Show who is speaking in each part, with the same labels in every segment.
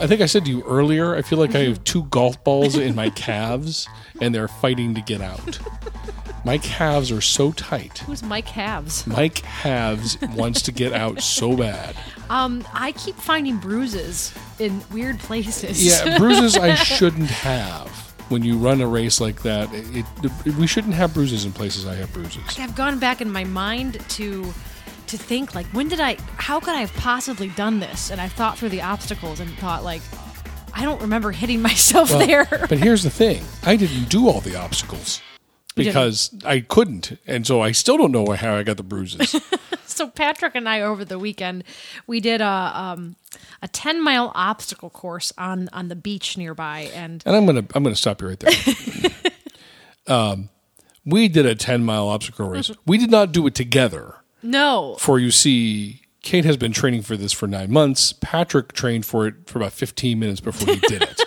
Speaker 1: I think I said to you earlier, I feel like I
Speaker 2: Mm-hmm.
Speaker 1: have two golf balls in my calves and they're fighting to get out. My calves are so tight.
Speaker 2: Who's Mike Halves?
Speaker 1: My calves wants to get out so bad.
Speaker 2: Um, I keep finding bruises in weird places.
Speaker 1: Yeah, bruises I shouldn't have when you run a race like that. It, it- we shouldn't have bruises in places I have bruises.
Speaker 2: I've gone back in my mind to to think like when did I how could I have possibly done this? And I thought through the obstacles and thought like I don't remember hitting myself
Speaker 1: Well,
Speaker 2: there.
Speaker 1: But here's the thing I didn't do all the obstacles
Speaker 2: didn't.
Speaker 1: because I couldn't. And so I still don't know how I got the bruises.
Speaker 2: so Patrick and I over the weekend we did a um, a 10 mile obstacle course on on the beach nearby and
Speaker 1: And I'm gonna I'm gonna stop you right there. um, we did a 10 mile obstacle race. We did not do it together.
Speaker 2: no
Speaker 1: For you see, Kate has been training for this for nine months. Patrick trained for it for about 15 minutes before he did it.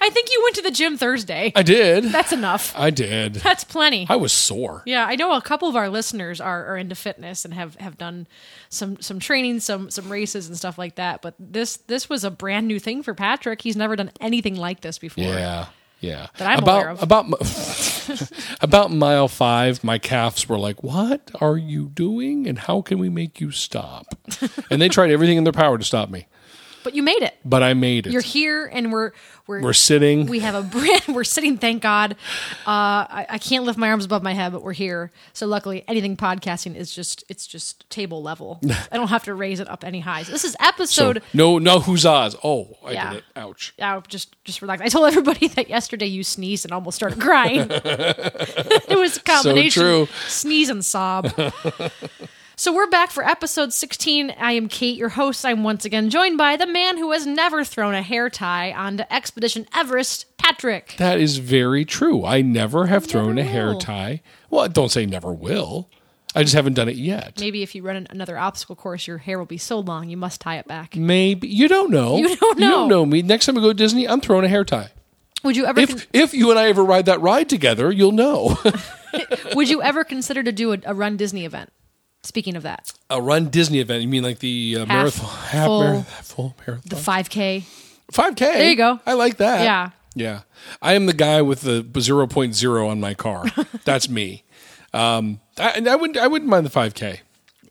Speaker 2: I think you went to the gym Thursday.
Speaker 1: I did.
Speaker 2: That's enough.
Speaker 1: I did.
Speaker 2: That's plenty.
Speaker 1: I was sore.
Speaker 2: Yeah, I know a couple of our listeners are, are into fitness and have, have done some some training, some some races and stuff like that. But this this was a brand new thing for Patrick. He's never done anything like this before.
Speaker 1: Yeah. Yeah.
Speaker 2: That I'm
Speaker 1: about
Speaker 2: aware of.
Speaker 1: about mi- about mile 5, my calves were like, "What are you doing and how can we make you stop?" and they tried everything in their power to stop me,
Speaker 2: But you made it.
Speaker 1: but I made it.
Speaker 2: You're here, and we're we're,
Speaker 1: we're sitting.
Speaker 2: we have a brand. We're sitting. Thank God. Uh, I, I can't lift my arms above my head, but we're here. So luckily, anything podcasting is just it's just table level. I don't have to raise it up any highs. This is
Speaker 1: So,
Speaker 2: episode
Speaker 1: no, no huzzas. Oh, I
Speaker 2: Yeah.
Speaker 1: did it. Ouch.
Speaker 2: oh, just just relax. I told everybody that yesterday you sneezed and almost started crying. it was a combination
Speaker 1: true.
Speaker 2: sneeze and sob. so we're back for episode 16. I am Kate, your host. I'm once again joined by the man who has never thrown a hair tie onto Expedition Everest, Patrick.
Speaker 1: That is very true. I never have thrown a hair
Speaker 2: will.
Speaker 1: tie. Well, don't say never will. I just haven't done it yet.
Speaker 2: Maybe if you run an- another obstacle course, your hair will be so long you must tie it back.
Speaker 1: Maybe you don't know.
Speaker 2: You don't
Speaker 1: You don't
Speaker 2: know.
Speaker 1: know me. Next time we go to Disney, I'm throwing a hair tie.
Speaker 2: Would you ever con-
Speaker 1: If if you and I ever ride that ride together, you'll know.
Speaker 2: would you ever consider to do a, a Run Disney event? Speaking of that,
Speaker 1: a run Disney event. You mean like the uh, marathon, half
Speaker 2: full.
Speaker 1: marathon, full marathon,
Speaker 2: the 5K.
Speaker 1: five k.
Speaker 2: There you go.
Speaker 1: I like that.
Speaker 2: Yeah.
Speaker 1: yeah. I am the guy with the 0.0 on my car. That's me. Um, I, and I wouldn't. I wouldn't mind the five k.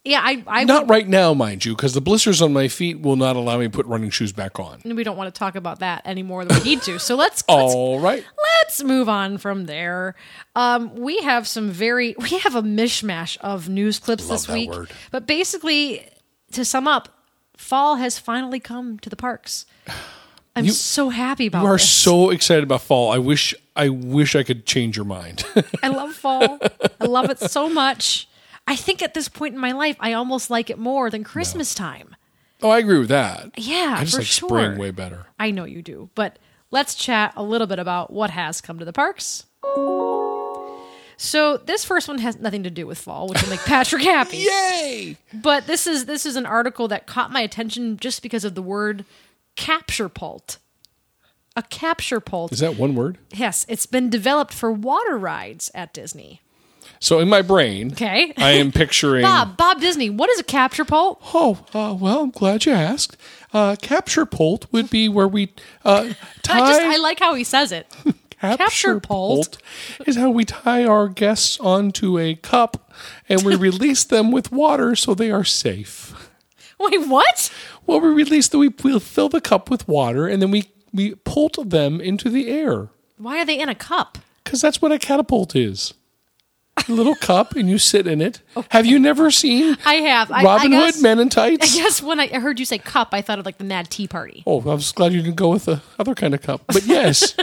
Speaker 2: Yeah, I, I would-
Speaker 1: Not right now, mind you, because the blisters on my feet will not allow me to put running shoes back on.
Speaker 2: and we don't want to talk about that any more than we need to. So let's let's,
Speaker 1: All right.
Speaker 2: let's move on from there. Um, we have some very we have a mishmash of news clips
Speaker 1: Love
Speaker 2: this
Speaker 1: that
Speaker 2: week,
Speaker 1: word.
Speaker 2: but basically, to sum up, fall has finally come to the parks. I'm so happy about
Speaker 1: You are
Speaker 2: this.
Speaker 1: so excited about fall. I wish I wish I could change your mind.
Speaker 2: I love fall. I love it so much. I think at this point in my life, I almost like it more than Christmas time.
Speaker 1: oh, I agree with that.
Speaker 2: Yeah,
Speaker 1: I just
Speaker 2: for
Speaker 1: like
Speaker 2: sure.
Speaker 1: spring way better.
Speaker 2: I know you do, but let's chat a little bit about what has come to the parks. So this first one has nothing to do with fall, which will make Patrick happy.
Speaker 1: Yay!
Speaker 2: But this is this is an article that caught my attention just because of the word capture pult. A capture pult.
Speaker 1: Is that one word?
Speaker 2: yes, it's been developed for water rides at Disney.
Speaker 1: So in my brain,
Speaker 2: Okay.
Speaker 1: I am picturing
Speaker 2: Bob, Bob Disney, what is a capture pult?
Speaker 1: Oh, uh, well, I'm glad you asked. Uh, capture pult would be where we uh, tie.
Speaker 2: I just I like how he says it. Capture
Speaker 1: capture
Speaker 2: pult.
Speaker 1: pult is how we tie our guests onto a cup and we release them with water so they are safe.
Speaker 2: Wait, what?
Speaker 1: Well, we release the we we'll fill the cup with water and then we we pult them into the air
Speaker 2: Why are they in a cup?
Speaker 1: because that's what a catapult is. A little cup and you sit in it. Have you never seen
Speaker 2: I have. I,
Speaker 1: Robin
Speaker 2: I
Speaker 1: Hood
Speaker 2: guess-
Speaker 1: Men in Tights?
Speaker 2: I guess when I heard you say cup, I thought of like the Mad Tea Party.
Speaker 1: Oh, I was glad you didn't go with the other kind of cup. But yes,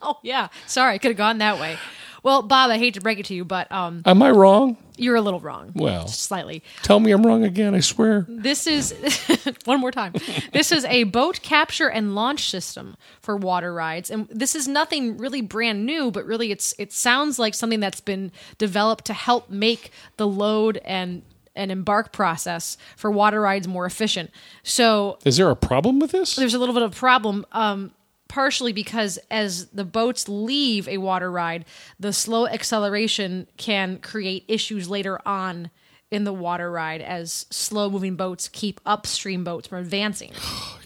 Speaker 2: Oh yeah, sorry, I could have gone that way. Well, Bob, I hate to break it to you, but um,
Speaker 1: am I wrong?
Speaker 2: you're a little wrong.
Speaker 1: Well.
Speaker 2: just slightly.
Speaker 1: Tell me I'm wrong again, I swear.
Speaker 2: This is one more time. This is a boat capture and launch system for water rides, and this is nothing really brand new, but really, it's it sounds like something that's been developed to help make the load and and embark process for water rides more efficient. So
Speaker 1: Is there a problem with this?
Speaker 2: there's a little bit of a problem um partially because as the boats leave a water ride the slow acceleration can create issues later on in the water ride as slow moving boats keep upstream boats from advancing.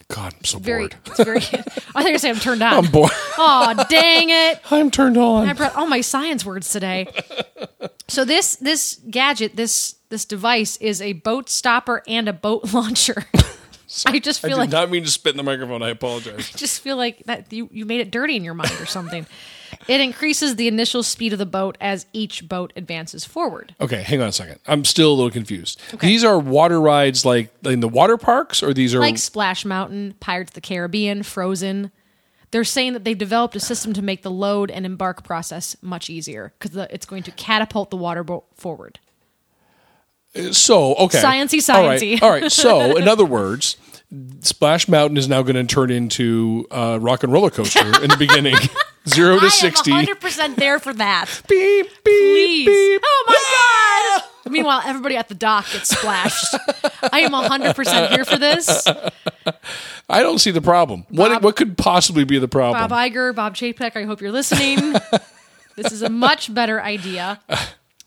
Speaker 1: God, I'm so
Speaker 2: Very,
Speaker 1: bored.
Speaker 2: it's very. I think I said I'm turned on.
Speaker 1: I'm bored.
Speaker 2: Oh, dang it.
Speaker 1: I'm turned on.
Speaker 2: I brought all my science words today. So this this gadget, this this device is a boat stopper and a boat launcher. I just
Speaker 1: I
Speaker 2: feel
Speaker 1: did
Speaker 2: like
Speaker 1: not mean to spit in the microphone. I apologize.
Speaker 2: just feel like that you, you made it dirty in your mind or something. it increases the initial speed of the boat as each boat advances forward.
Speaker 1: Okay, hang on a second. I'm still a little confused. These are water rides like in the water parks, or these are
Speaker 2: Like Splash Mountain, Pirates of the Caribbean, Frozen. They're saying that they've developed a system to make the load and embark process much easier because it's going to catapult the water boat forward.
Speaker 1: so okay.
Speaker 2: Science-y,
Speaker 1: All right,
Speaker 2: science-y.
Speaker 1: All right. So, in other words, Splash Mountain is now going to turn into uh, rock and roller coaster in the beginning, zero to sixty.
Speaker 2: I am 100% there for that.
Speaker 1: Beep beep
Speaker 2: Please.
Speaker 1: beep.
Speaker 2: Oh my God. Meanwhile, everybody at the dock gets splashed. I am 100% here for this.
Speaker 1: I don't see the problem. what
Speaker 2: Bob-
Speaker 1: what could possibly be the problem?
Speaker 2: Bob Iger, Bob Chapek, I hope you're listening. this is a much better idea.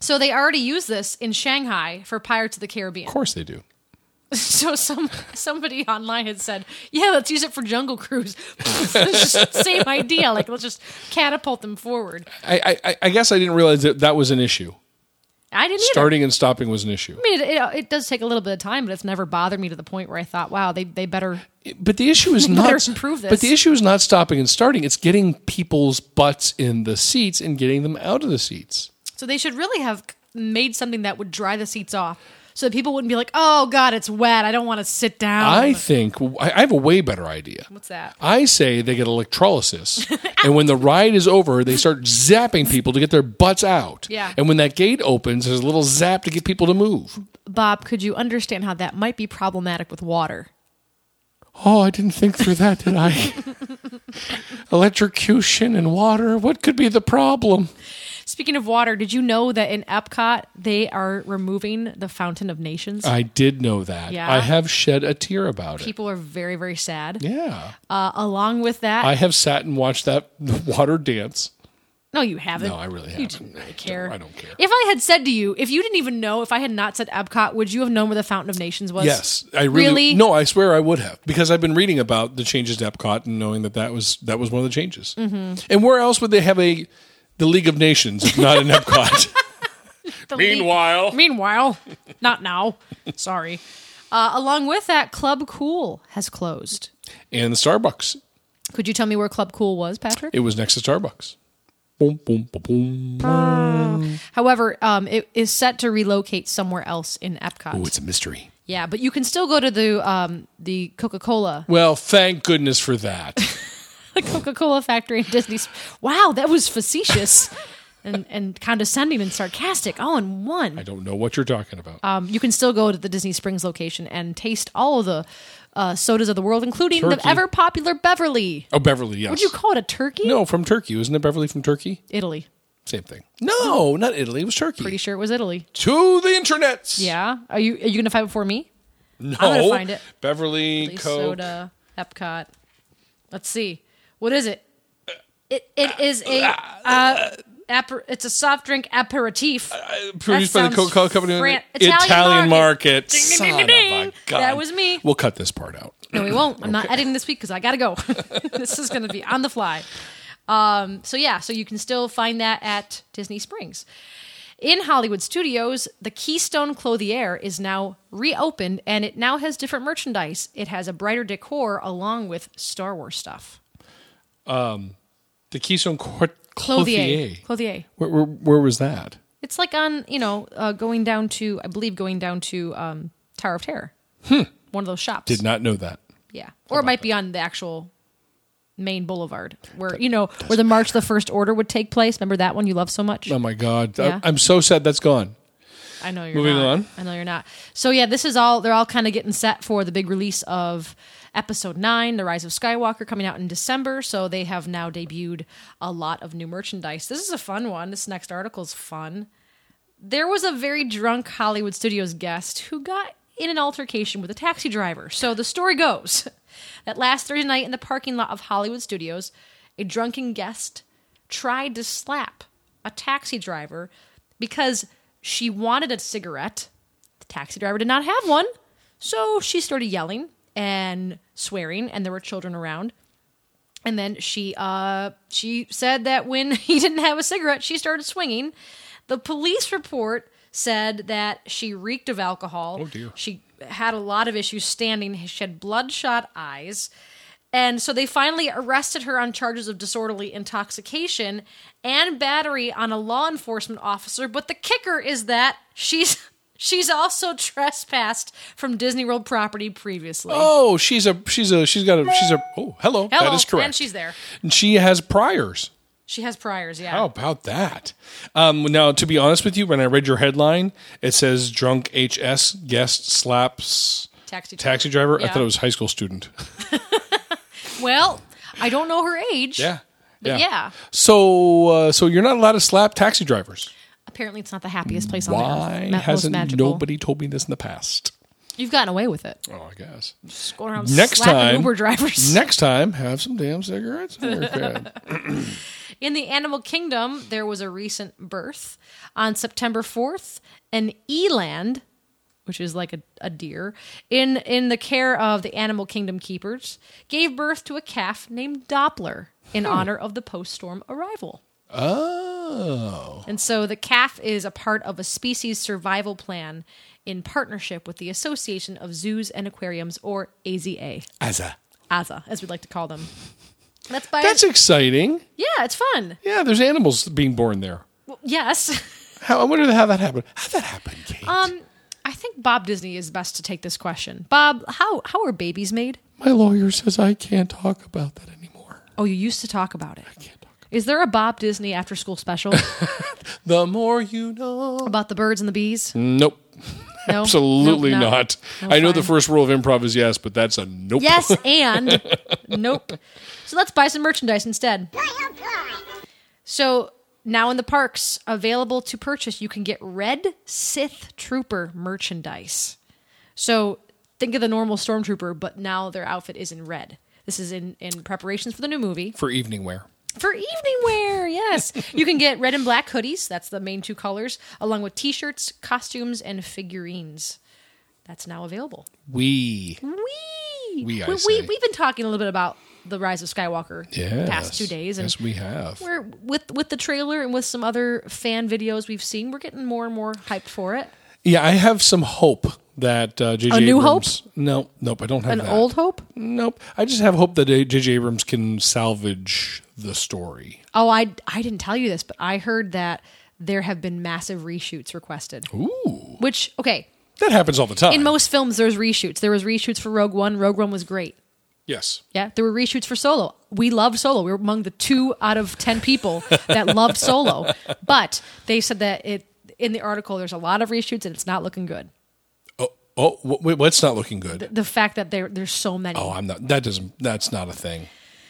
Speaker 2: So they already use this in Shanghai for Pirates of the Caribbean.
Speaker 1: of course they do.
Speaker 2: So some somebody online had said, "Yeah, let's use it for Jungle Cruise." It's just the same idea. Like let's just catapult them forward.
Speaker 1: I, I- I I guess I didn't realize that that was an issue.
Speaker 2: I didn't either.
Speaker 1: Starting and stopping was an issue.
Speaker 2: I mean, it, it, it does take a little bit of time, but it's never bothered me to the point where I thought, "Wow, they they better."
Speaker 1: But the issue is not
Speaker 2: better improve this.
Speaker 1: But the issue is not stopping and starting. It's getting people's butts in the seats and getting them out of the seats.
Speaker 2: So they should really have made something that would dry the seats off, so that people wouldn't be like, "Oh God, it's wet. I don't want to sit down."
Speaker 1: I think I I have a way better idea.
Speaker 2: Um, What's that?
Speaker 1: I say they get electrolysis, and when the ride is over, they start zapping people to get their butts out.
Speaker 2: Yeah.
Speaker 1: And when that gate opens, there's a little zap to get people to move.
Speaker 2: Bob, could you understand how that might be problematic with water?
Speaker 1: Oh, I didn't think through that, did I? Electrocution and water. What could be the problem?
Speaker 2: Speaking of water, did you know that in Epcot they are removing the Fountain of Nations?
Speaker 1: I did know that.
Speaker 2: Yeah.
Speaker 1: I have shed a tear about it.
Speaker 2: People are very, very sad.
Speaker 1: Yeah.
Speaker 2: Uh, along with that,
Speaker 1: I have sat and watched that water dance.
Speaker 2: no, you haven't.
Speaker 1: No, I really
Speaker 2: You
Speaker 1: haven't.
Speaker 2: didn't
Speaker 1: I
Speaker 2: really
Speaker 1: don't-
Speaker 2: care.
Speaker 1: I don't care.
Speaker 2: If I had said to you, if you didn't even know, if I had not said Epcot, would you have known where the Fountain of Nations was?
Speaker 1: Yes, I really,
Speaker 2: Really?
Speaker 1: No, I swear I would have because I've been reading about the changes to Epcot and knowing that that was that was one of the changes.
Speaker 2: Mm-hmm.
Speaker 1: And where else would they have a the League of Nations if not in Epcot?
Speaker 2: The leak-
Speaker 1: Meanwhile,
Speaker 2: Meanwhile, not now. Sorry. Uh, along with that, Club Cool has closed.
Speaker 1: and the Starbucks.
Speaker 2: Could you tell me where Club Cool was, Patrick?
Speaker 1: It was next to Starbucks. Boom, boom, boom, boom.
Speaker 2: However, um, it is set to relocate somewhere else in Epcot.
Speaker 1: Oh, it's a mystery.
Speaker 2: Yeah, but you can still go to the um, the Coca Cola,
Speaker 1: Well, thank goodness for that.
Speaker 2: the Coca Cola factory in Disney. Wow, that was facetious and and condescending and sarcastic all in
Speaker 1: I
Speaker 2: one.
Speaker 1: don't know what you're talking about.
Speaker 2: Um, you can still go to the Disney Springs location and taste all of the uh, sodas of the world, including
Speaker 1: Turkey.
Speaker 2: the ever popular Beverly.
Speaker 1: oh, Beverly, yes.
Speaker 2: Would you call it a turkey?
Speaker 1: no, from Turkey. Wasn't it Beverly from Turkey?
Speaker 2: Italy.
Speaker 1: Same thing. No, not Italy. It was Turkey.
Speaker 2: Oh. Pretty sure it was Italy.
Speaker 1: to the internets.
Speaker 2: Yeah. Are you are you gonna find it for me?
Speaker 1: No.
Speaker 2: gonna find it.
Speaker 1: Beverly, Coke.
Speaker 2: Soda, Epcot. Let's see. What is it? It it is a uh, aper- it's a soft drink aperitif.
Speaker 1: produced
Speaker 2: That
Speaker 1: Uh, by the
Speaker 2: sounds
Speaker 1: Coca-Cola company,
Speaker 2: Fran-
Speaker 1: Italian, market.
Speaker 2: Italian market. Ding, ding,
Speaker 1: Son
Speaker 2: ding, ding,
Speaker 1: of a
Speaker 2: ding.
Speaker 1: gun.
Speaker 2: That was me.
Speaker 1: We'll cut this part out.
Speaker 2: No, we won't. I'm not editing this week because I gotta go. this is gonna be on the fly. Um, so yeah, so you can still find that at Disney Springs. In Hollywood Studios, the Keystone Clothier is now reopened and it now has different merchandise. It has a brighter decor along with Star Wars stuff.
Speaker 1: The Keystone Court
Speaker 2: Clothier.
Speaker 1: Clothier.
Speaker 2: Clothier.
Speaker 1: Where, where, where was that?
Speaker 2: It's like on, you know, uh, going down to, I believe, going down to um, Tower of Terror. One of those shops.
Speaker 1: Hmm. Did not know that.
Speaker 2: Yeah. Or it might be on the actual main boulevard where, you know, where the March of the First Order would take place. Remember that one you love so much?
Speaker 1: Oh my God!
Speaker 2: Yeah.
Speaker 1: I, am so sad that's gone.
Speaker 2: I know you're
Speaker 1: Moving
Speaker 2: not.
Speaker 1: on.
Speaker 2: I know you're not. So yeah, this is all they're all kind of getting set for the big release of episode 9, The Rise of Skywalker coming out in December, so they have now debuted a lot of new merchandise. This is a fun one. This next article is fun. There was a very drunk Hollywood Studios guest who got in an altercation with a taxi driver. So the story goes that last Thursday night in the parking lot of Hollywood Studios, a drunken guest tried to slap a taxi driver because she wanted a cigarette The taxi driver did not have one, so she started yelling and swearing, and there were children around. And then she uh, she said that when he didn't have a cigarette, she started swinging. The police report said that she reeked of alcohol.
Speaker 1: Oh, dear.
Speaker 2: She had a lot of issues standing. She had bloodshot eyes. And so they finally arrested her on charges of disorderly intoxication and battery on a law enforcement officer. But the kicker is that she's she's also trespassed from Disney World property previously.
Speaker 1: Oh, she's a she's a she's got a she's a oh hello,
Speaker 2: Hello,
Speaker 1: that is correct.
Speaker 2: and she's there.
Speaker 1: And she has priors.
Speaker 2: She has priors, yeah.
Speaker 1: How about that? Um, now, to be honest with you, when I read your headline, it says drunk HS guest slaps
Speaker 2: Taxi driver.
Speaker 1: taxi driver. I
Speaker 2: Yeah.
Speaker 1: thought it was high school student.
Speaker 2: Well, I don't know her age.
Speaker 1: yeah.
Speaker 2: But yeah.
Speaker 1: So, uh, so you're not allowed to slap taxi drivers.
Speaker 2: Apparently, it's not the happiest place on the earth.
Speaker 1: Why
Speaker 2: Ma- most
Speaker 1: hasn't
Speaker 2: magical.
Speaker 1: nobody told me this in the past?
Speaker 2: You've gotten away with it.
Speaker 1: Oh, I guess.
Speaker 2: Just going around
Speaker 1: Next
Speaker 2: slapping
Speaker 1: time-
Speaker 2: Uber drivers.
Speaker 1: Next time, have some damn cigarettes. in your bed.
Speaker 2: In the animal kingdom, there was a recent birth. On September 4th, an eland, which is like a, a deer, in, in the care of the animal kingdom keepers, gave birth to a calf named Doppler in
Speaker 1: Hmm.
Speaker 2: honor of the post storm arrival.
Speaker 1: oh.
Speaker 2: And so the calf is a part of a species survival plan in partnership with the Association of Zoos and Aquariums, or AZA,
Speaker 1: As a.
Speaker 2: AZA, as we like to call them. That's by
Speaker 1: That's exciting.
Speaker 2: yeah, it's fun.
Speaker 1: Yeah, there's animals being born there.
Speaker 2: Well, yes.
Speaker 1: How, I wonder how that happened. How that happened, Kate?
Speaker 2: Um, I think Bob Disney is best to take this question. Bob, how how are babies made?
Speaker 1: My lawyer says I can't talk about that anymore.
Speaker 2: Oh, you used to talk about it.
Speaker 1: I can't talk.
Speaker 2: Is there a Bob Disney after school special
Speaker 1: The more you know.
Speaker 2: about the birds and the bees? No,
Speaker 1: Nope. Absolutely
Speaker 2: Nope, no.
Speaker 1: not. I know the
Speaker 2: fine.
Speaker 1: first rule of improv is yes, but that's a nope.
Speaker 2: Yes, and nope. So let's buy some merchandise instead. So now in the parks available to purchase, you can get red Sith Trooper merchandise. So think of the normal stormtrooper, but now their outfit is in red. This is in, in preparations for the new movie.
Speaker 1: For evening wear.
Speaker 2: for evening wear. Yes, you can get red and black hoodies. That's the main two colors, along with T-shirts, costumes, and figurines. That's now available.
Speaker 1: We.
Speaker 2: Wee!
Speaker 1: We, I
Speaker 2: we,
Speaker 1: say.
Speaker 2: have been talking a little bit about the rise of Skywalker
Speaker 1: Yes.
Speaker 2: the past two days, and
Speaker 1: yes, we have.
Speaker 2: we're with with the trailer and with some other fan videos we've seen. We're getting more and more hyped for it.
Speaker 1: Yeah, I have some hope that uh, J.J.
Speaker 2: A new hope?
Speaker 1: Abrams- No, nope, I don't have
Speaker 2: An
Speaker 1: that.
Speaker 2: old hope.
Speaker 1: Nope. I just have hope that uh, J.J. Abrams can salvage the story.
Speaker 2: Oh, I I didn't tell you this, but I heard that there have been massive reshoots requested.
Speaker 1: Ooh.
Speaker 2: Which okay,
Speaker 1: That happens all the time.
Speaker 2: in most films there's reshoots there was reshoots for rogue one rogue one was great
Speaker 1: yes.
Speaker 2: yeah there were reshoots for solo we loved solo we were among the two out of ten people that loved solo but they said that it in the article there's a lot of reshoots and it's not looking good
Speaker 1: Oh, wh- wait, what's not looking good?
Speaker 2: the fact that there there's so many
Speaker 1: Oh, I'm not. That doesn't. That's not a thing.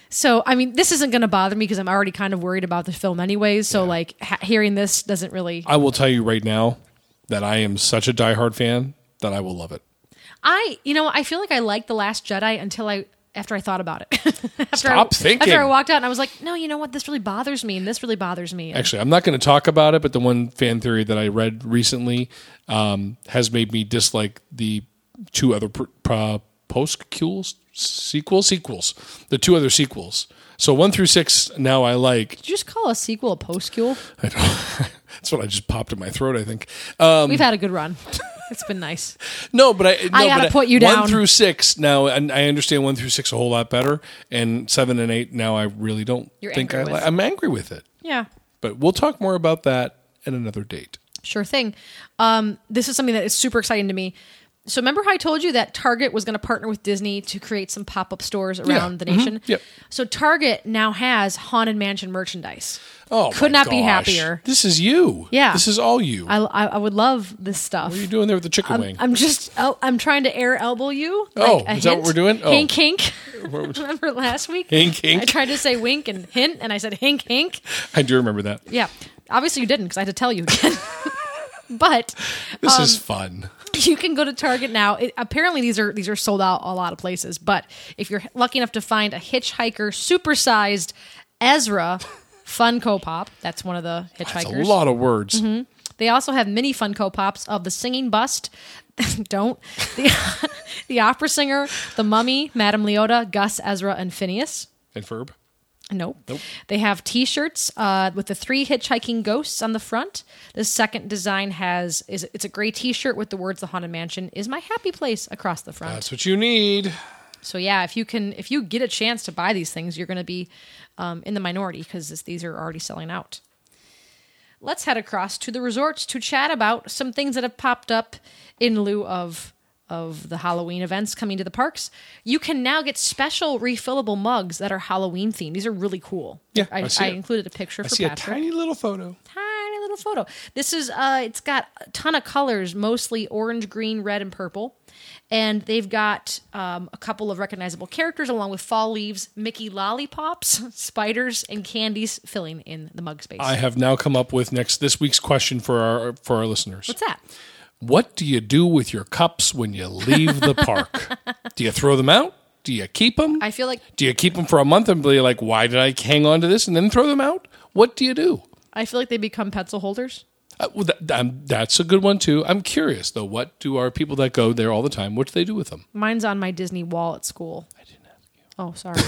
Speaker 2: so i mean this isn't going to bother me because i'm already kind of worried about the film anyways so like ha- hearing this doesn't really
Speaker 1: I will tell you right now that I am such a diehard fan that I will love it.
Speaker 2: i you know i feel like i liked the last jedi until i after I thought about it, after
Speaker 1: Stop
Speaker 2: I,
Speaker 1: thinking.
Speaker 2: After I walked out, and I was like, "No, you know what? This really bothers me, and this really bothers me." And-
Speaker 1: Actually, I'm not going to talk about it, but the one fan theory that I read recently um, has made me dislike the two other pr- uh, postcules, sequels, sequels, the two other sequels. So one through six now I like.
Speaker 2: Did you just call a sequel a postcule?
Speaker 1: I don't, that's what I just popped in my throat. I think. Um,
Speaker 2: We've had a good run. It's been nice.
Speaker 1: no, but I. No,
Speaker 2: I gotta
Speaker 1: but
Speaker 2: put you
Speaker 1: one
Speaker 2: down.
Speaker 1: through six now, and I understand one through six a whole lot better, and seven and eight now I really don't
Speaker 2: You're
Speaker 1: think I
Speaker 2: angry
Speaker 1: like.
Speaker 2: with.
Speaker 1: I'm angry with it.
Speaker 2: Yeah.
Speaker 1: But we'll talk more about that at another date.
Speaker 2: Sure thing. Um, this is something that is super exciting to me. So remember how I told you that Target was going to partner with Disney to create some pop-up stores around the nation?
Speaker 1: mm-hmm, Yep.
Speaker 2: So Target now has Haunted Mansion merchandise.
Speaker 1: Oh,
Speaker 2: Could
Speaker 1: my
Speaker 2: not be
Speaker 1: gosh.
Speaker 2: happier.
Speaker 1: This is you.
Speaker 2: Yeah.
Speaker 1: this is all you.
Speaker 2: I, I, I would love this stuff.
Speaker 1: what are you doing there with the chicken wing?
Speaker 2: I'm just oh, I'm trying to air elbow you.
Speaker 1: Oh,
Speaker 2: a
Speaker 1: is that what we're doing? Oh.
Speaker 2: Hink hink. Remember last week?
Speaker 1: Hink, hink.
Speaker 2: I tried to say wink and hint, and I said hink hink.
Speaker 1: I do remember that.
Speaker 2: Yeah. Obviously, you didn't because I had to tell you again. but
Speaker 1: This
Speaker 2: Um,
Speaker 1: is fun.
Speaker 2: you can go to Target now. It, apparently, these are these are sold out a lot of places. But if you're lucky enough to find a hitchhiker supersized Ezra Funko Pop, that's one of the
Speaker 1: That's a
Speaker 2: hitchhikers. Mm-hmm.
Speaker 1: lot of words.
Speaker 2: They also have mini Funko Pops of the singing bust. Don't the, the opera singer, the mummy, Madame Leota, Gus, Ezra, and Phineas.
Speaker 1: And Ferb.
Speaker 2: Nope.
Speaker 1: Nope.
Speaker 2: They have T-shirts uh, with the three hitchhiking ghosts on the front. The second design has is it's a gray T-shirt with the words "The Haunted Mansion is my happy place" across the front.
Speaker 1: That's what you need.
Speaker 2: so yeah, if you can, if you get a chance to buy these things, you're going to be um, in the minority because these are already selling out. Let's head across to the resorts to chat about some things that have popped up in lieu of of the Halloween events coming to the parks. You can now get special refillable mugs that are Halloween themed. These are really cool.
Speaker 1: Yeah,
Speaker 2: I,
Speaker 1: I see
Speaker 2: I
Speaker 1: it.
Speaker 2: included a picture
Speaker 1: I
Speaker 2: for
Speaker 1: see a
Speaker 2: Patrick
Speaker 1: tiny little photo.
Speaker 2: tiny little photo. This is uh it's got a ton of colors, mostly orange, green, red, and purple. And they've got um, a couple of recognizable characters along with fall leaves, Mickey lollipops, spiders, and candies filling in the mug space.
Speaker 1: I have now come up with next this week's question for our for our listeners.
Speaker 2: What's that?
Speaker 1: What do you do with your cups when you leave the park? do you throw them out? Do you keep them?
Speaker 2: I feel like
Speaker 1: do you keep them for a month and be like, why did I hang on to this and then throw them out? What do you do?
Speaker 2: I feel like they become pencil holders.
Speaker 1: Uh, well, that, um, that's a good one too. I'm curious though. What do our people that go there all the time? What do they do with them?
Speaker 2: Mine's on my Disney wall at school. I didn't ask you. Oh, sorry.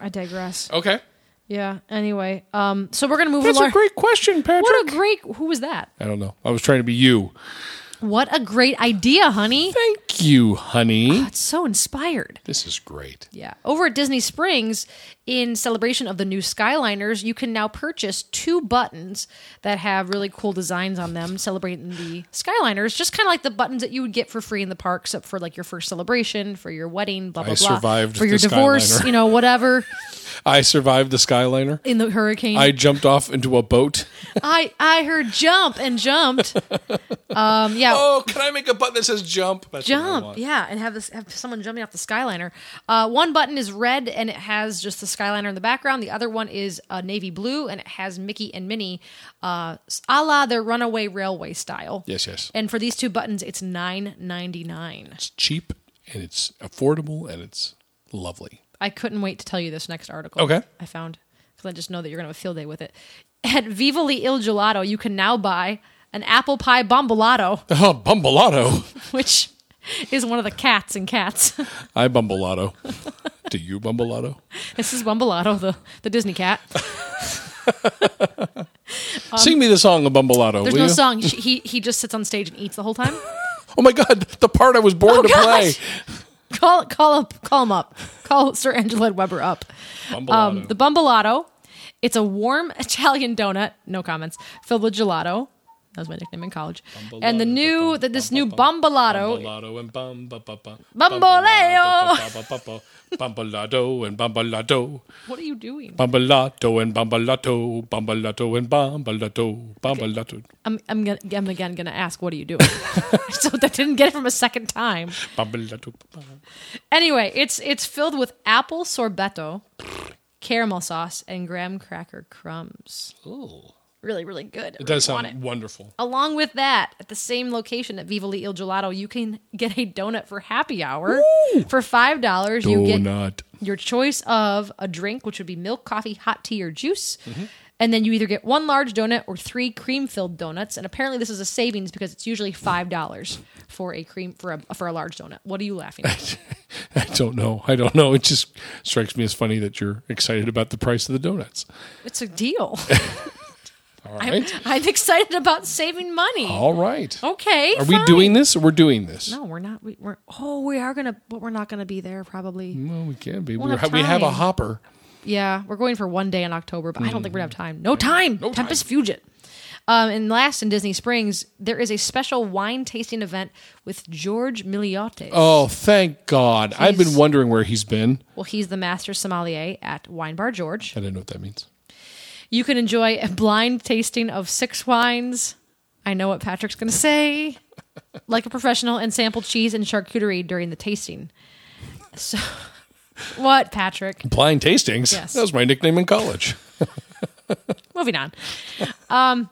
Speaker 2: I digress.
Speaker 1: Okay,
Speaker 2: Yeah. Anyway, um, so we're gonna move
Speaker 1: that's
Speaker 2: along.
Speaker 1: a great question, Patrick.
Speaker 2: what a great. Who was that?
Speaker 1: I don't know. I was trying to be you.
Speaker 2: What a great idea, honey.
Speaker 1: Thank you, honey.
Speaker 2: That's so inspired.
Speaker 1: This is great.
Speaker 2: Yeah. Over at Disney Springs, in celebration of the new Skyliners, you can now purchase two buttons that have really cool designs on them celebrating the Skyliners, just kind of like the buttons that you would get for free in the park, except for like your first celebration, for your wedding, blah, blah,
Speaker 1: I
Speaker 2: blah.
Speaker 1: survived
Speaker 2: for your
Speaker 1: the
Speaker 2: divorce,
Speaker 1: Skyliner.
Speaker 2: you know, whatever,
Speaker 1: I survived the Skyliner.
Speaker 2: in the hurricane.
Speaker 1: I jumped off into a boat.
Speaker 2: I, I heard jump and jumped. um, yeah.
Speaker 1: Oh, can I make a button that says jump? That's what I
Speaker 2: jump
Speaker 1: want.
Speaker 2: yeah and have this have someone jumping off the skyliner uh, one button is red and it has just the skyliner in the background the other one is uh, navy blue and it has mickey and minnie uh, a la their runaway railway style
Speaker 1: Yes, yes.
Speaker 2: and for these two buttons it's 9.99
Speaker 1: It's cheap and it's affordable and it's lovely.
Speaker 2: i couldn't wait to tell you this next article
Speaker 1: Okay.
Speaker 2: i found because i just know that you're gonna have a field day with it at vivoli il gelato you can now buy an apple pie bombolato
Speaker 1: Oh, Bumbleotto.
Speaker 2: which is one of the cats in cats
Speaker 1: I Bumbleotto. do you Bumbleotto?
Speaker 2: this is bombolato the, the disney cat
Speaker 1: Sing me the song of Bumbleotto, will
Speaker 2: Um, There's no
Speaker 1: you?
Speaker 2: song. She, he he just sits on stage and eats the whole time.
Speaker 1: Oh my God, the part I was born
Speaker 2: Oh,
Speaker 1: to play.
Speaker 2: gosh. call call up call him up. Call Sir Angela Weber up.
Speaker 1: Bumbleotto.
Speaker 2: Um, the Bumbleotto. It's a warm Italian donut. No comments. Filled with gelato. That was my nickname in college. and the new that this new Bumbleotto.
Speaker 1: Bumbleotto and bum ba ba ba.
Speaker 2: Bamboleo.
Speaker 1: Bamboleo. Bumbleotto and Bumbleotto.
Speaker 2: What are you doing?
Speaker 1: Bumbleotto and Bumbleotto. Bumbleotto and Bumbleotto. Bumbleotto.
Speaker 2: I'm I'm gonna I'm again gonna ask what are you doing? so that didn't get it from a second time.
Speaker 1: Bumbleotto. ba-ba.
Speaker 2: Anyway, it's it's filled with apple sorbetto, caramel sauce, and graham cracker crumbs.
Speaker 1: Ooh.
Speaker 2: Really, really good.
Speaker 1: It does sound wonderful.
Speaker 2: Along with that, at the same location at Vivoli Il Gelato, you can get a donut for happy hour. For $5, you
Speaker 1: Oh,
Speaker 2: get
Speaker 1: Donut.
Speaker 2: your choice of a drink, which would be milk, coffee, hot tea, or juice.
Speaker 1: Mm-hmm.
Speaker 2: And then you either get one large donut or three cream-filled donuts. And apparently, this is a savings because it's usually five dollars for a cream for a for a large donut. What are you laughing at?
Speaker 1: I don't know. I don't know. It just strikes me as funny that you're excited about the price of the donuts.
Speaker 2: it's a deal.
Speaker 1: All right.
Speaker 2: I'm excited about saving money.
Speaker 1: All right.
Speaker 2: Okay,
Speaker 1: Are we
Speaker 2: fine.
Speaker 1: doing this or we're doing this?
Speaker 2: No, we're not. We, we're oh, we are gonna, but we're not gonna be there probably.
Speaker 1: Well, we can be.
Speaker 2: We'll
Speaker 1: We're,
Speaker 2: have
Speaker 1: we have a
Speaker 2: time.
Speaker 1: hopper.
Speaker 2: Yeah, we're going for one day in October, but I don't think we're gonna have time. No time.
Speaker 1: Mm-hmm. No time.
Speaker 2: Tempest Fugit. Um, and last in Disney Springs, there is a special wine tasting event with George Miliotes.
Speaker 1: Oh, thank God. I've been wondering where he's been.
Speaker 2: Well, he's the master sommelier at Wine Bar George.
Speaker 1: I don't know what that means.
Speaker 2: You can enjoy a blind tasting of six wines. I know what Patrick's going to say. like a professional, and sample cheese and charcuterie during the tasting. So, what, Patrick?
Speaker 1: Blind tastings.
Speaker 2: Yes.
Speaker 1: That was my nickname in college.
Speaker 2: Moving on. Um,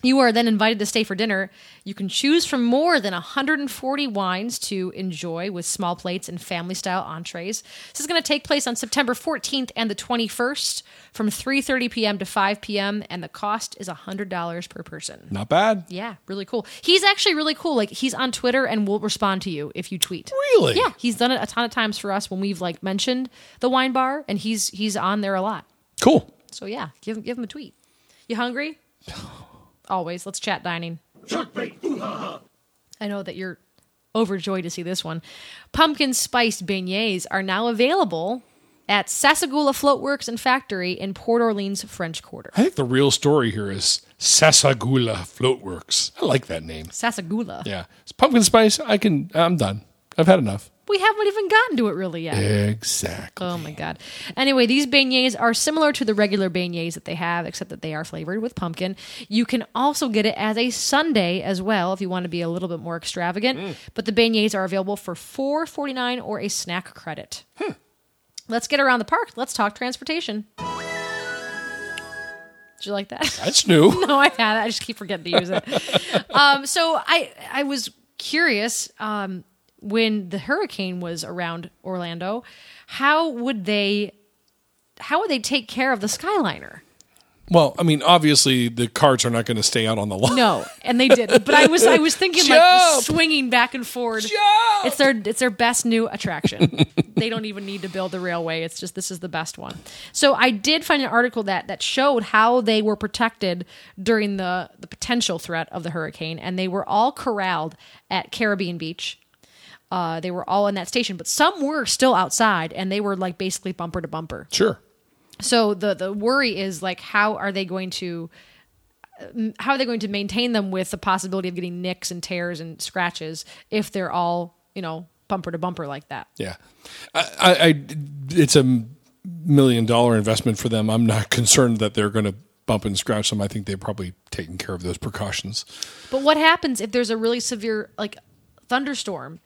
Speaker 2: You are then invited to stay for dinner. You can choose from more than 140 wines to enjoy with small plates and family style entrees. This is going to take place on September 14th and the 21st from 3:30 p.m. to 5 p.m. and the cost is $100 per person.
Speaker 1: Not bad.
Speaker 2: Yeah, really cool. He's actually really cool. Like he's on Twitter and will respond to you if you tweet.
Speaker 1: Really?
Speaker 2: Yeah, he's done it a ton of times for us when we've like mentioned the wine bar and he's he's on there a lot.
Speaker 1: Cool.
Speaker 2: So yeah, give him give him a tweet. You hungry? Always. Let's chat dining. I know that you're overjoyed to see this one. Pumpkin spiced beignets are now available at Sasagula Floatworks and Factory in Port Orleans, French Quarter.
Speaker 1: I think the real story here is Sasagula Floatworks. I like that name.
Speaker 2: Sasagula.
Speaker 1: Yeah. It's pumpkin spice. I can. I'm done. I've had enough.
Speaker 2: We haven't even gotten to it really yet.
Speaker 1: Exactly.
Speaker 2: Oh my god. Anyway, these beignets are similar to the regular beignets that they have, except that they are flavored with pumpkin. You can also get it as a sundae as well if you want to be a little bit more extravagant. But the beignets are available for four forty nine or a snack credit. Let's get around the park. Let's talk transportation. Did you like that?
Speaker 1: That's new.
Speaker 2: no, I had it. I just keep forgetting to use it. um, so I I was curious um, when the hurricane was around Orlando, how would they how would they take care of the Skyliner?
Speaker 1: Well, I mean, obviously the carts are not going to stay out on the lot.
Speaker 2: No, and they didn't. But I was I was thinking like
Speaker 1: Jump!
Speaker 2: swinging back and forward.
Speaker 1: Jump!
Speaker 2: It's their it's their best new attraction. they don't even need to build the railway. It's just this is the best one. So I did find an article that that showed how they were protected during the the potential threat of the hurricane, and they were all corralled at Caribbean Beach. Uh, they were all in that station, but some were still outside, and they were like basically bumper to bumper.
Speaker 1: Sure.
Speaker 2: So the the worry is like how are they going to uh, how are they going to maintain them with the possibility of getting nicks and tears and scratches if they're all you know bumper to bumper like that?
Speaker 1: Yeah. I, I, I it's a million dollar investment for them. I'm not concerned that they're going to bump and scratch them. I think they've probably taken care of those precautions.
Speaker 2: But what happens if there's a really severe like thunderstorm?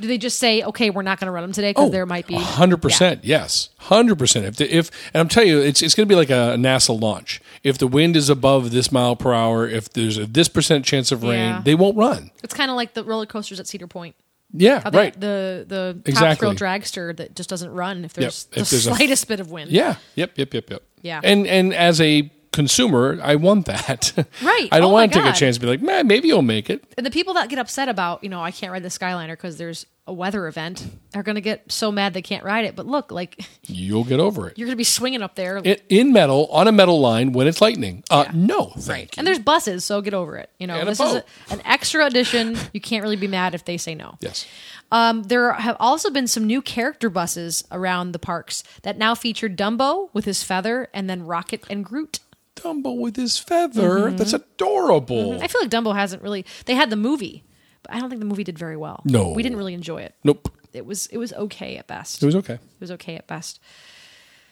Speaker 2: Do they just say okay, we're not going to run them today because there might be
Speaker 1: Oh, hundred percent. Yes, hundred percent. If the, if and I'm telling you, it's it's going to be like a NASA launch. If the wind is above this mile per hour, if there's a this percent chance of rain,
Speaker 2: Yeah.
Speaker 1: they won't run.
Speaker 2: It's kind of like the roller coasters at Cedar Point.
Speaker 1: Yeah,
Speaker 2: How they-
Speaker 1: right.
Speaker 2: The the top
Speaker 1: Exactly.
Speaker 2: thrill dragster that just doesn't run if there's
Speaker 1: Yep, if
Speaker 2: the
Speaker 1: there's a-
Speaker 2: slightest bit of wind.
Speaker 1: yeah. Yep. Yep. Yep. Yep.
Speaker 2: Yeah.
Speaker 1: And and as a consumer, I want that.
Speaker 2: Right.
Speaker 1: I don't
Speaker 2: Oh
Speaker 1: want
Speaker 2: my
Speaker 1: to take
Speaker 2: God.
Speaker 1: a chance and be like, man, maybe you'll make it.
Speaker 2: And the people that get upset about, you know, I can't ride the Skyliner because there's a weather event are going to get so mad they can't ride it. But look, like
Speaker 1: You'll get over it.
Speaker 2: you're going to be swinging up there.
Speaker 1: In, in metal on a metal line when it's lightning. Uh, No, thank you.
Speaker 2: and there's buses, so get over it. You know,
Speaker 1: And a
Speaker 2: this is a,
Speaker 1: boat.
Speaker 2: an extra addition. You can't really be mad if they say no.
Speaker 1: Yes.
Speaker 2: Um, there have also been some new character buses around the parks that now feature Dumbo with his feather and then Rocket and Groot.
Speaker 1: Dumbo with his feather.
Speaker 2: Mm-hmm.
Speaker 1: That's adorable.
Speaker 2: I feel like Dumbo hasn't really. They had the movie, but I don't think the movie did very well.
Speaker 1: No.
Speaker 2: we didn't really enjoy it.
Speaker 1: Nope.
Speaker 2: It was it was okay at best.
Speaker 1: It was okay.
Speaker 2: it was okay at best.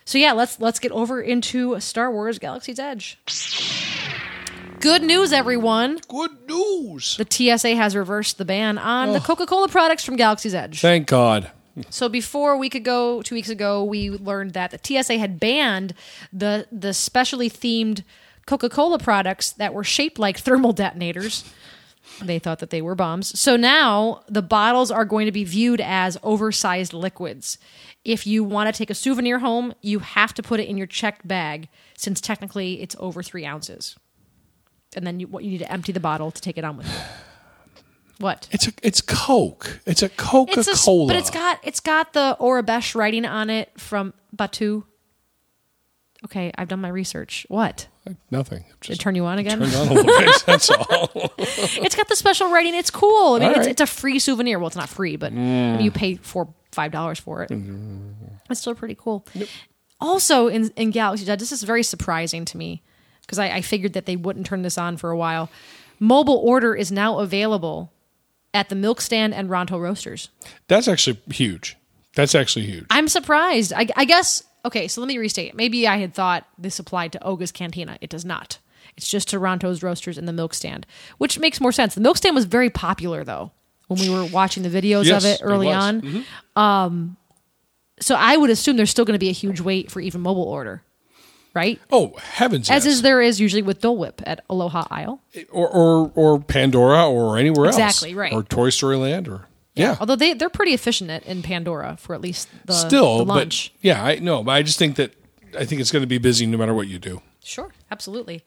Speaker 2: So yeah, let's let's get over into Star Wars Galaxy's Edge. Good news everyone.
Speaker 1: Good news.
Speaker 2: The TSA has reversed the ban on the Coca-Cola products from Galaxy's Edge.
Speaker 1: Thank God.
Speaker 2: So before a week ago, 2 weeks ago, we learned that the TSA had banned the the specially themed Coca-Cola products that were shaped like thermal detonators. They thought that they were bombs. So now the bottles are going to be viewed as oversized liquids. If you want to take a souvenir home, you have to put it in your checked bag since technically it's over three ounces. And then you, what you need to empty the bottle to take it on with you. What?
Speaker 1: It's a it's Coke. It's a Coca
Speaker 2: It's a, s-
Speaker 1: Cola.
Speaker 2: but it's got it's got the Orabesh writing on it from Batu. Okay, I've done my research. What?
Speaker 1: nothing. I'm
Speaker 2: Did it
Speaker 1: Just
Speaker 2: turn you on again?
Speaker 1: turned on a little bit. That's all.
Speaker 2: it's got the special writing. It's cool. I mean,
Speaker 1: All
Speaker 2: it's,
Speaker 1: right.
Speaker 2: it's a free souvenir. Well, it's not free, but I mean, you pay four five dollars for it.
Speaker 1: Mm-hmm.
Speaker 2: It's still pretty cool. Also, in in Galaxy Edge, this is very surprising to me because I, I figured that they wouldn't turn this on for a while. Mobile order is now available at the Milk Stand and Ronto Roasters.
Speaker 1: That's actually huge. That's actually huge.
Speaker 2: I'm surprised. I, I guess okay. So let me restate. Maybe I had thought this applied to Oga's Cantina. It does not. It's just Toronto's roasters and the milk stand, which makes more sense. The milk stand was very popular though when we were watching the videos
Speaker 1: Yes,
Speaker 2: of it
Speaker 1: it
Speaker 2: early
Speaker 1: was. Mm-hmm.
Speaker 2: on. Um, so I would assume there's still going to be a huge wait for even mobile order, right?
Speaker 1: Oh heavens!
Speaker 2: As
Speaker 1: yes.
Speaker 2: is there is usually with Dole Whip at Aloha Isle.
Speaker 1: or, or or Pandora or anywhere else.
Speaker 2: Exactly, right.
Speaker 1: Or Toy Story Land or yeah.
Speaker 2: Although they they're pretty efficient at, in Pandora for at least the
Speaker 1: Still,
Speaker 2: the
Speaker 1: but
Speaker 2: lunch.
Speaker 1: yeah, I know. But I just think that I think it's going to be busy no matter what you do.
Speaker 2: Sure, absolutely.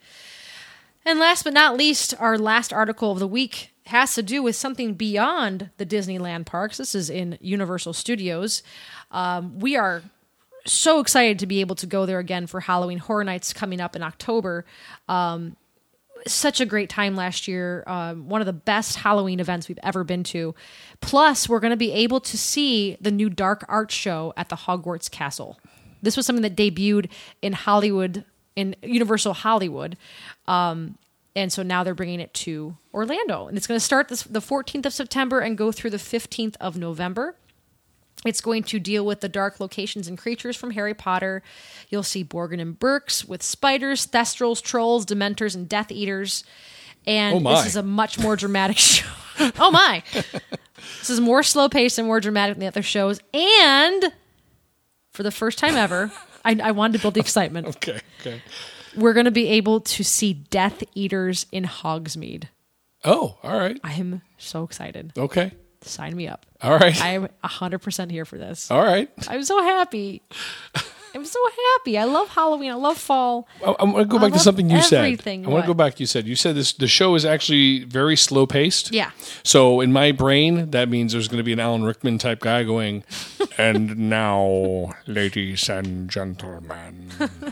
Speaker 2: And last but not least, our last article of the week has to do with something beyond the Disneyland parks. This is in Universal Studios. Um, we are so excited to be able to go there again for Halloween Horror Nights coming up in October. Um, such a great time last year. Um, one of the best Halloween events we've ever been to. Plus, we're going to be able to see the new dark art show at the Hogwarts Castle. This was something that debuted in Hollywood, in Universal Hollywood and so now they're bringing it to Orlando, and it's going to start this, the 14th of September and go through the 15th of November. It's going to deal with the dark locations and creatures from Harry Potter. You'll see Borgin and Burks with spiders, thestrals, trolls, dementors, and Death Eaters.
Speaker 1: Oh
Speaker 2: And
Speaker 1: my.
Speaker 2: this is a much more dramatic show. oh my! This is more slow paced and more dramatic than the other shows. And for the first time ever, I, I wanted to build the excitement
Speaker 1: Okay, okay.
Speaker 2: we're going to be able to see Death Eaters in Hogsmeade.
Speaker 1: Oh, all right.
Speaker 2: I am so excited.
Speaker 1: Okay,
Speaker 2: Sign me up.
Speaker 1: all right,
Speaker 2: I'm 100% here for this.
Speaker 1: all right.
Speaker 2: I'm so happy. I'm so happy. I love Halloween. I love fall.
Speaker 1: I, I want to go back to
Speaker 2: love
Speaker 1: something you said.
Speaker 2: everything.
Speaker 1: I want
Speaker 2: What?
Speaker 1: to go back. You said you said this. The show is actually very slow paced.
Speaker 2: Yeah.
Speaker 1: So in my brain, that means there's going to be an Alan Rickman type guy going, and now, ladies and gentlemen,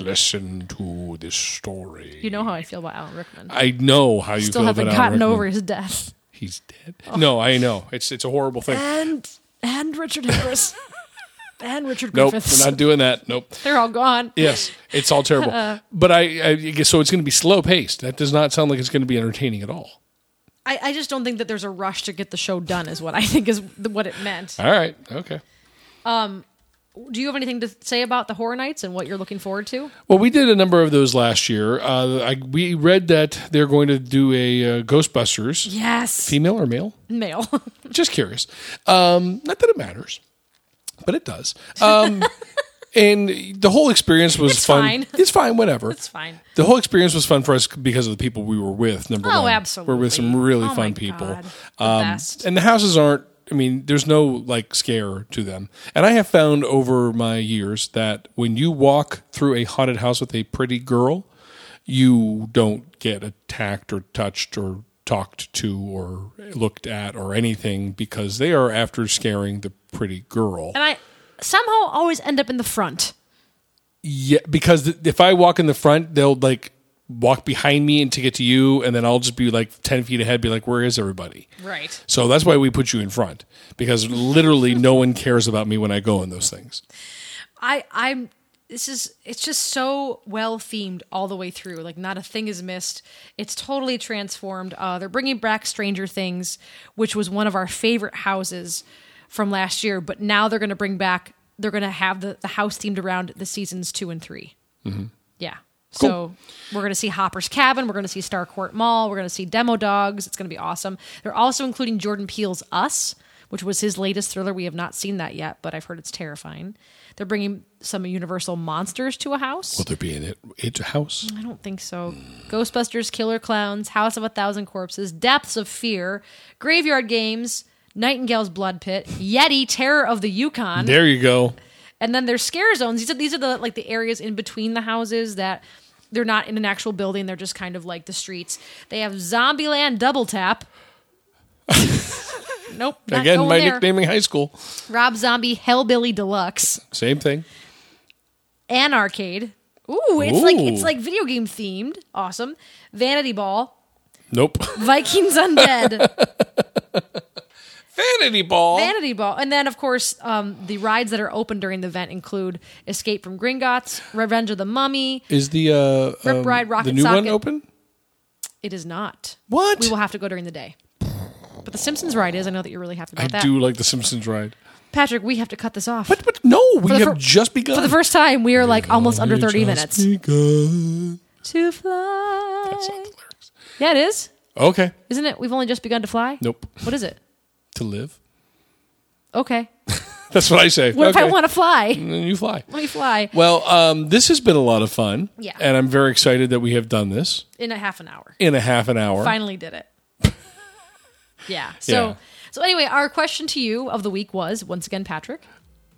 Speaker 1: listen to this story.
Speaker 2: You know how I feel about Alan Rickman.
Speaker 1: I know how you
Speaker 2: Still
Speaker 1: feel
Speaker 2: haven't
Speaker 1: about Alan
Speaker 2: gotten
Speaker 1: Rickman.
Speaker 2: over his death.
Speaker 1: He's dead. No, I know. It's it's a horrible thing.
Speaker 2: And and Richard Harris. and Richard
Speaker 1: Nope,
Speaker 2: Griffiths.
Speaker 1: we're not doing that. Nope.
Speaker 2: They're all gone.
Speaker 1: Yes, it's all terrible. but I, I guess so. It's going to be slow paced. That does not sound like it's going to be entertaining at all.
Speaker 2: I, I just don't think that there's a rush to get the show done, is what I think is th- what it meant.
Speaker 1: All right. Okay.
Speaker 2: Do you have anything to say about the Horror Nights and what you're looking forward to?
Speaker 1: Well, we did a number of those last year. Uh, I, we read that they're going to do a uh, Ghostbusters,
Speaker 2: Yes.
Speaker 1: female or male?
Speaker 2: Male.
Speaker 1: Just curious. Um, not that it matters, but it does. Um, and the whole experience was
Speaker 2: It's
Speaker 1: fun.
Speaker 2: fine.
Speaker 1: It's fine. Whatever.
Speaker 2: It's fine.
Speaker 1: The whole experience was fun for us because of the people we were with. Number one,
Speaker 2: Oh, absolutely.
Speaker 1: we're with some really
Speaker 2: Oh, my
Speaker 1: fun people. Um,
Speaker 2: God. The best.
Speaker 1: and the houses aren't. I mean, there's no like scare to them. And I have found over my years that when you walk through a haunted house with a pretty girl, you don't get attacked or touched or talked to or looked at or anything because they are after scaring the pretty girl.
Speaker 2: And I somehow always end up in the front.
Speaker 1: Yeah, because th- if I walk in the front, they'll like walk behind me and to get to you, and then I'll just be like ten feet ahead, be like, "Where is everybody?"
Speaker 2: Right.
Speaker 1: So that's why we put you in front because literally no one cares about me when I go in those things.
Speaker 2: I I'm this is it's just so well themed all the way through. Like not a thing is missed. It's totally transformed. Uh, they're bringing back Stranger Things, which was one of our favorite houses from last year, but now they're going to bring back they're going to have the, the house themed around the seasons 2 and 3. Yeah. So we're going to see Hopper's Cabin. We're going to see Starcourt Mall. We're going to see Demo Dogs. It's going to be awesome. They're also including Jordan Peele's Us, which was his latest thriller. We have not seen that yet, but I've heard it's terrifying. They're bringing some Universal monsters to a house.
Speaker 1: Will there be in it? It's a house.
Speaker 2: I don't think so. Ghostbusters, Killer Clowns, House of a Thousand Corpses, Depths of Fear, Graveyard Games, Nightingale's Blood Pit, Yeti, Terror of the Yukon
Speaker 1: There you go.
Speaker 2: and then there's scare zones. These are these are the like the areas in between the houses that they're not in an actual building. They're just kind of like the streets. They have Zombieland Double Tap. nope. Not
Speaker 1: Again,
Speaker 2: going
Speaker 1: my
Speaker 2: there.
Speaker 1: nicknaming high school.
Speaker 2: Rob Zombie Hellbilly Deluxe
Speaker 1: Same thing.
Speaker 2: and Arcade. Ooh, it's like it's
Speaker 1: Ooh.
Speaker 2: like video game themed. Awesome. Vanity Ball,
Speaker 1: Nope.
Speaker 2: Vikings Undead.
Speaker 1: Vanity ball.
Speaker 2: Vanity Ball. And then, of course, um, the rides that are open during the event include Escape from Gringotts, Revenge of the Mummy.
Speaker 1: is the uh,
Speaker 2: Rip
Speaker 1: um,
Speaker 2: Ride,
Speaker 1: the
Speaker 2: Rocket
Speaker 1: new one
Speaker 2: Socket.
Speaker 1: open?
Speaker 2: It is not.
Speaker 1: What?
Speaker 2: We will have to go during the day. But the Simpsons ride is. I know that you're really happy
Speaker 1: I
Speaker 2: about that.
Speaker 1: do like the Simpsons ride.
Speaker 2: Patrick, we have to cut this off.
Speaker 1: But but no, we
Speaker 2: the
Speaker 1: have
Speaker 2: fir-
Speaker 1: just begun.
Speaker 2: For the first time, we are like almost under 30 minutes.
Speaker 1: Begun.
Speaker 2: To fly.
Speaker 1: the lyrics.
Speaker 2: Yeah, it is.
Speaker 1: Okay.
Speaker 2: Isn't it? We've only just begun to fly?
Speaker 1: Nope.
Speaker 2: What is it?
Speaker 1: To live.
Speaker 2: Okay.
Speaker 1: That's what I say.
Speaker 2: What if I
Speaker 1: Okay.
Speaker 2: want to fly?
Speaker 1: And then you fly.
Speaker 2: Let me fly
Speaker 1: Well, um, this has been a lot of fun.
Speaker 2: Yeah.
Speaker 1: And I'm very excited that we have done this
Speaker 2: in a half an hour.
Speaker 1: in a half an hour.
Speaker 2: Finally did it. yeah. So
Speaker 1: Yeah.
Speaker 2: so anyway, our question to you of the week was once again, Patrick.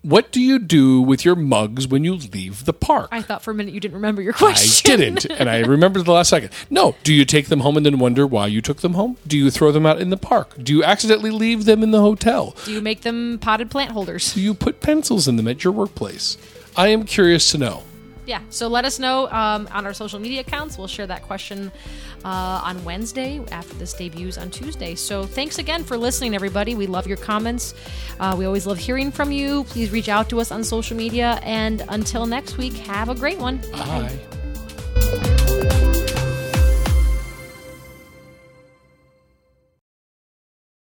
Speaker 1: What do you do with your mugs when you leave the park?
Speaker 2: I thought for a minute you didn't remember your
Speaker 1: I
Speaker 2: question.
Speaker 1: didn't, and I remembered the last second. No, do you take them home and then wonder why you took them home? Do you throw them out in the park? Do you accidentally leave them in the hotel?
Speaker 2: Do you make them potted plant holders?
Speaker 1: Do you put pencils in them at your workplace? I am curious to know.
Speaker 2: Yeah. So let us know um, on our social media accounts. We'll share that question uh, on Wednesday after this debuts on Tuesday. So thanks again for listening, everybody. We love your comments. Uh, we always love hearing from you. Please reach out to us on social media. And until next week, have a great one.
Speaker 1: Bye.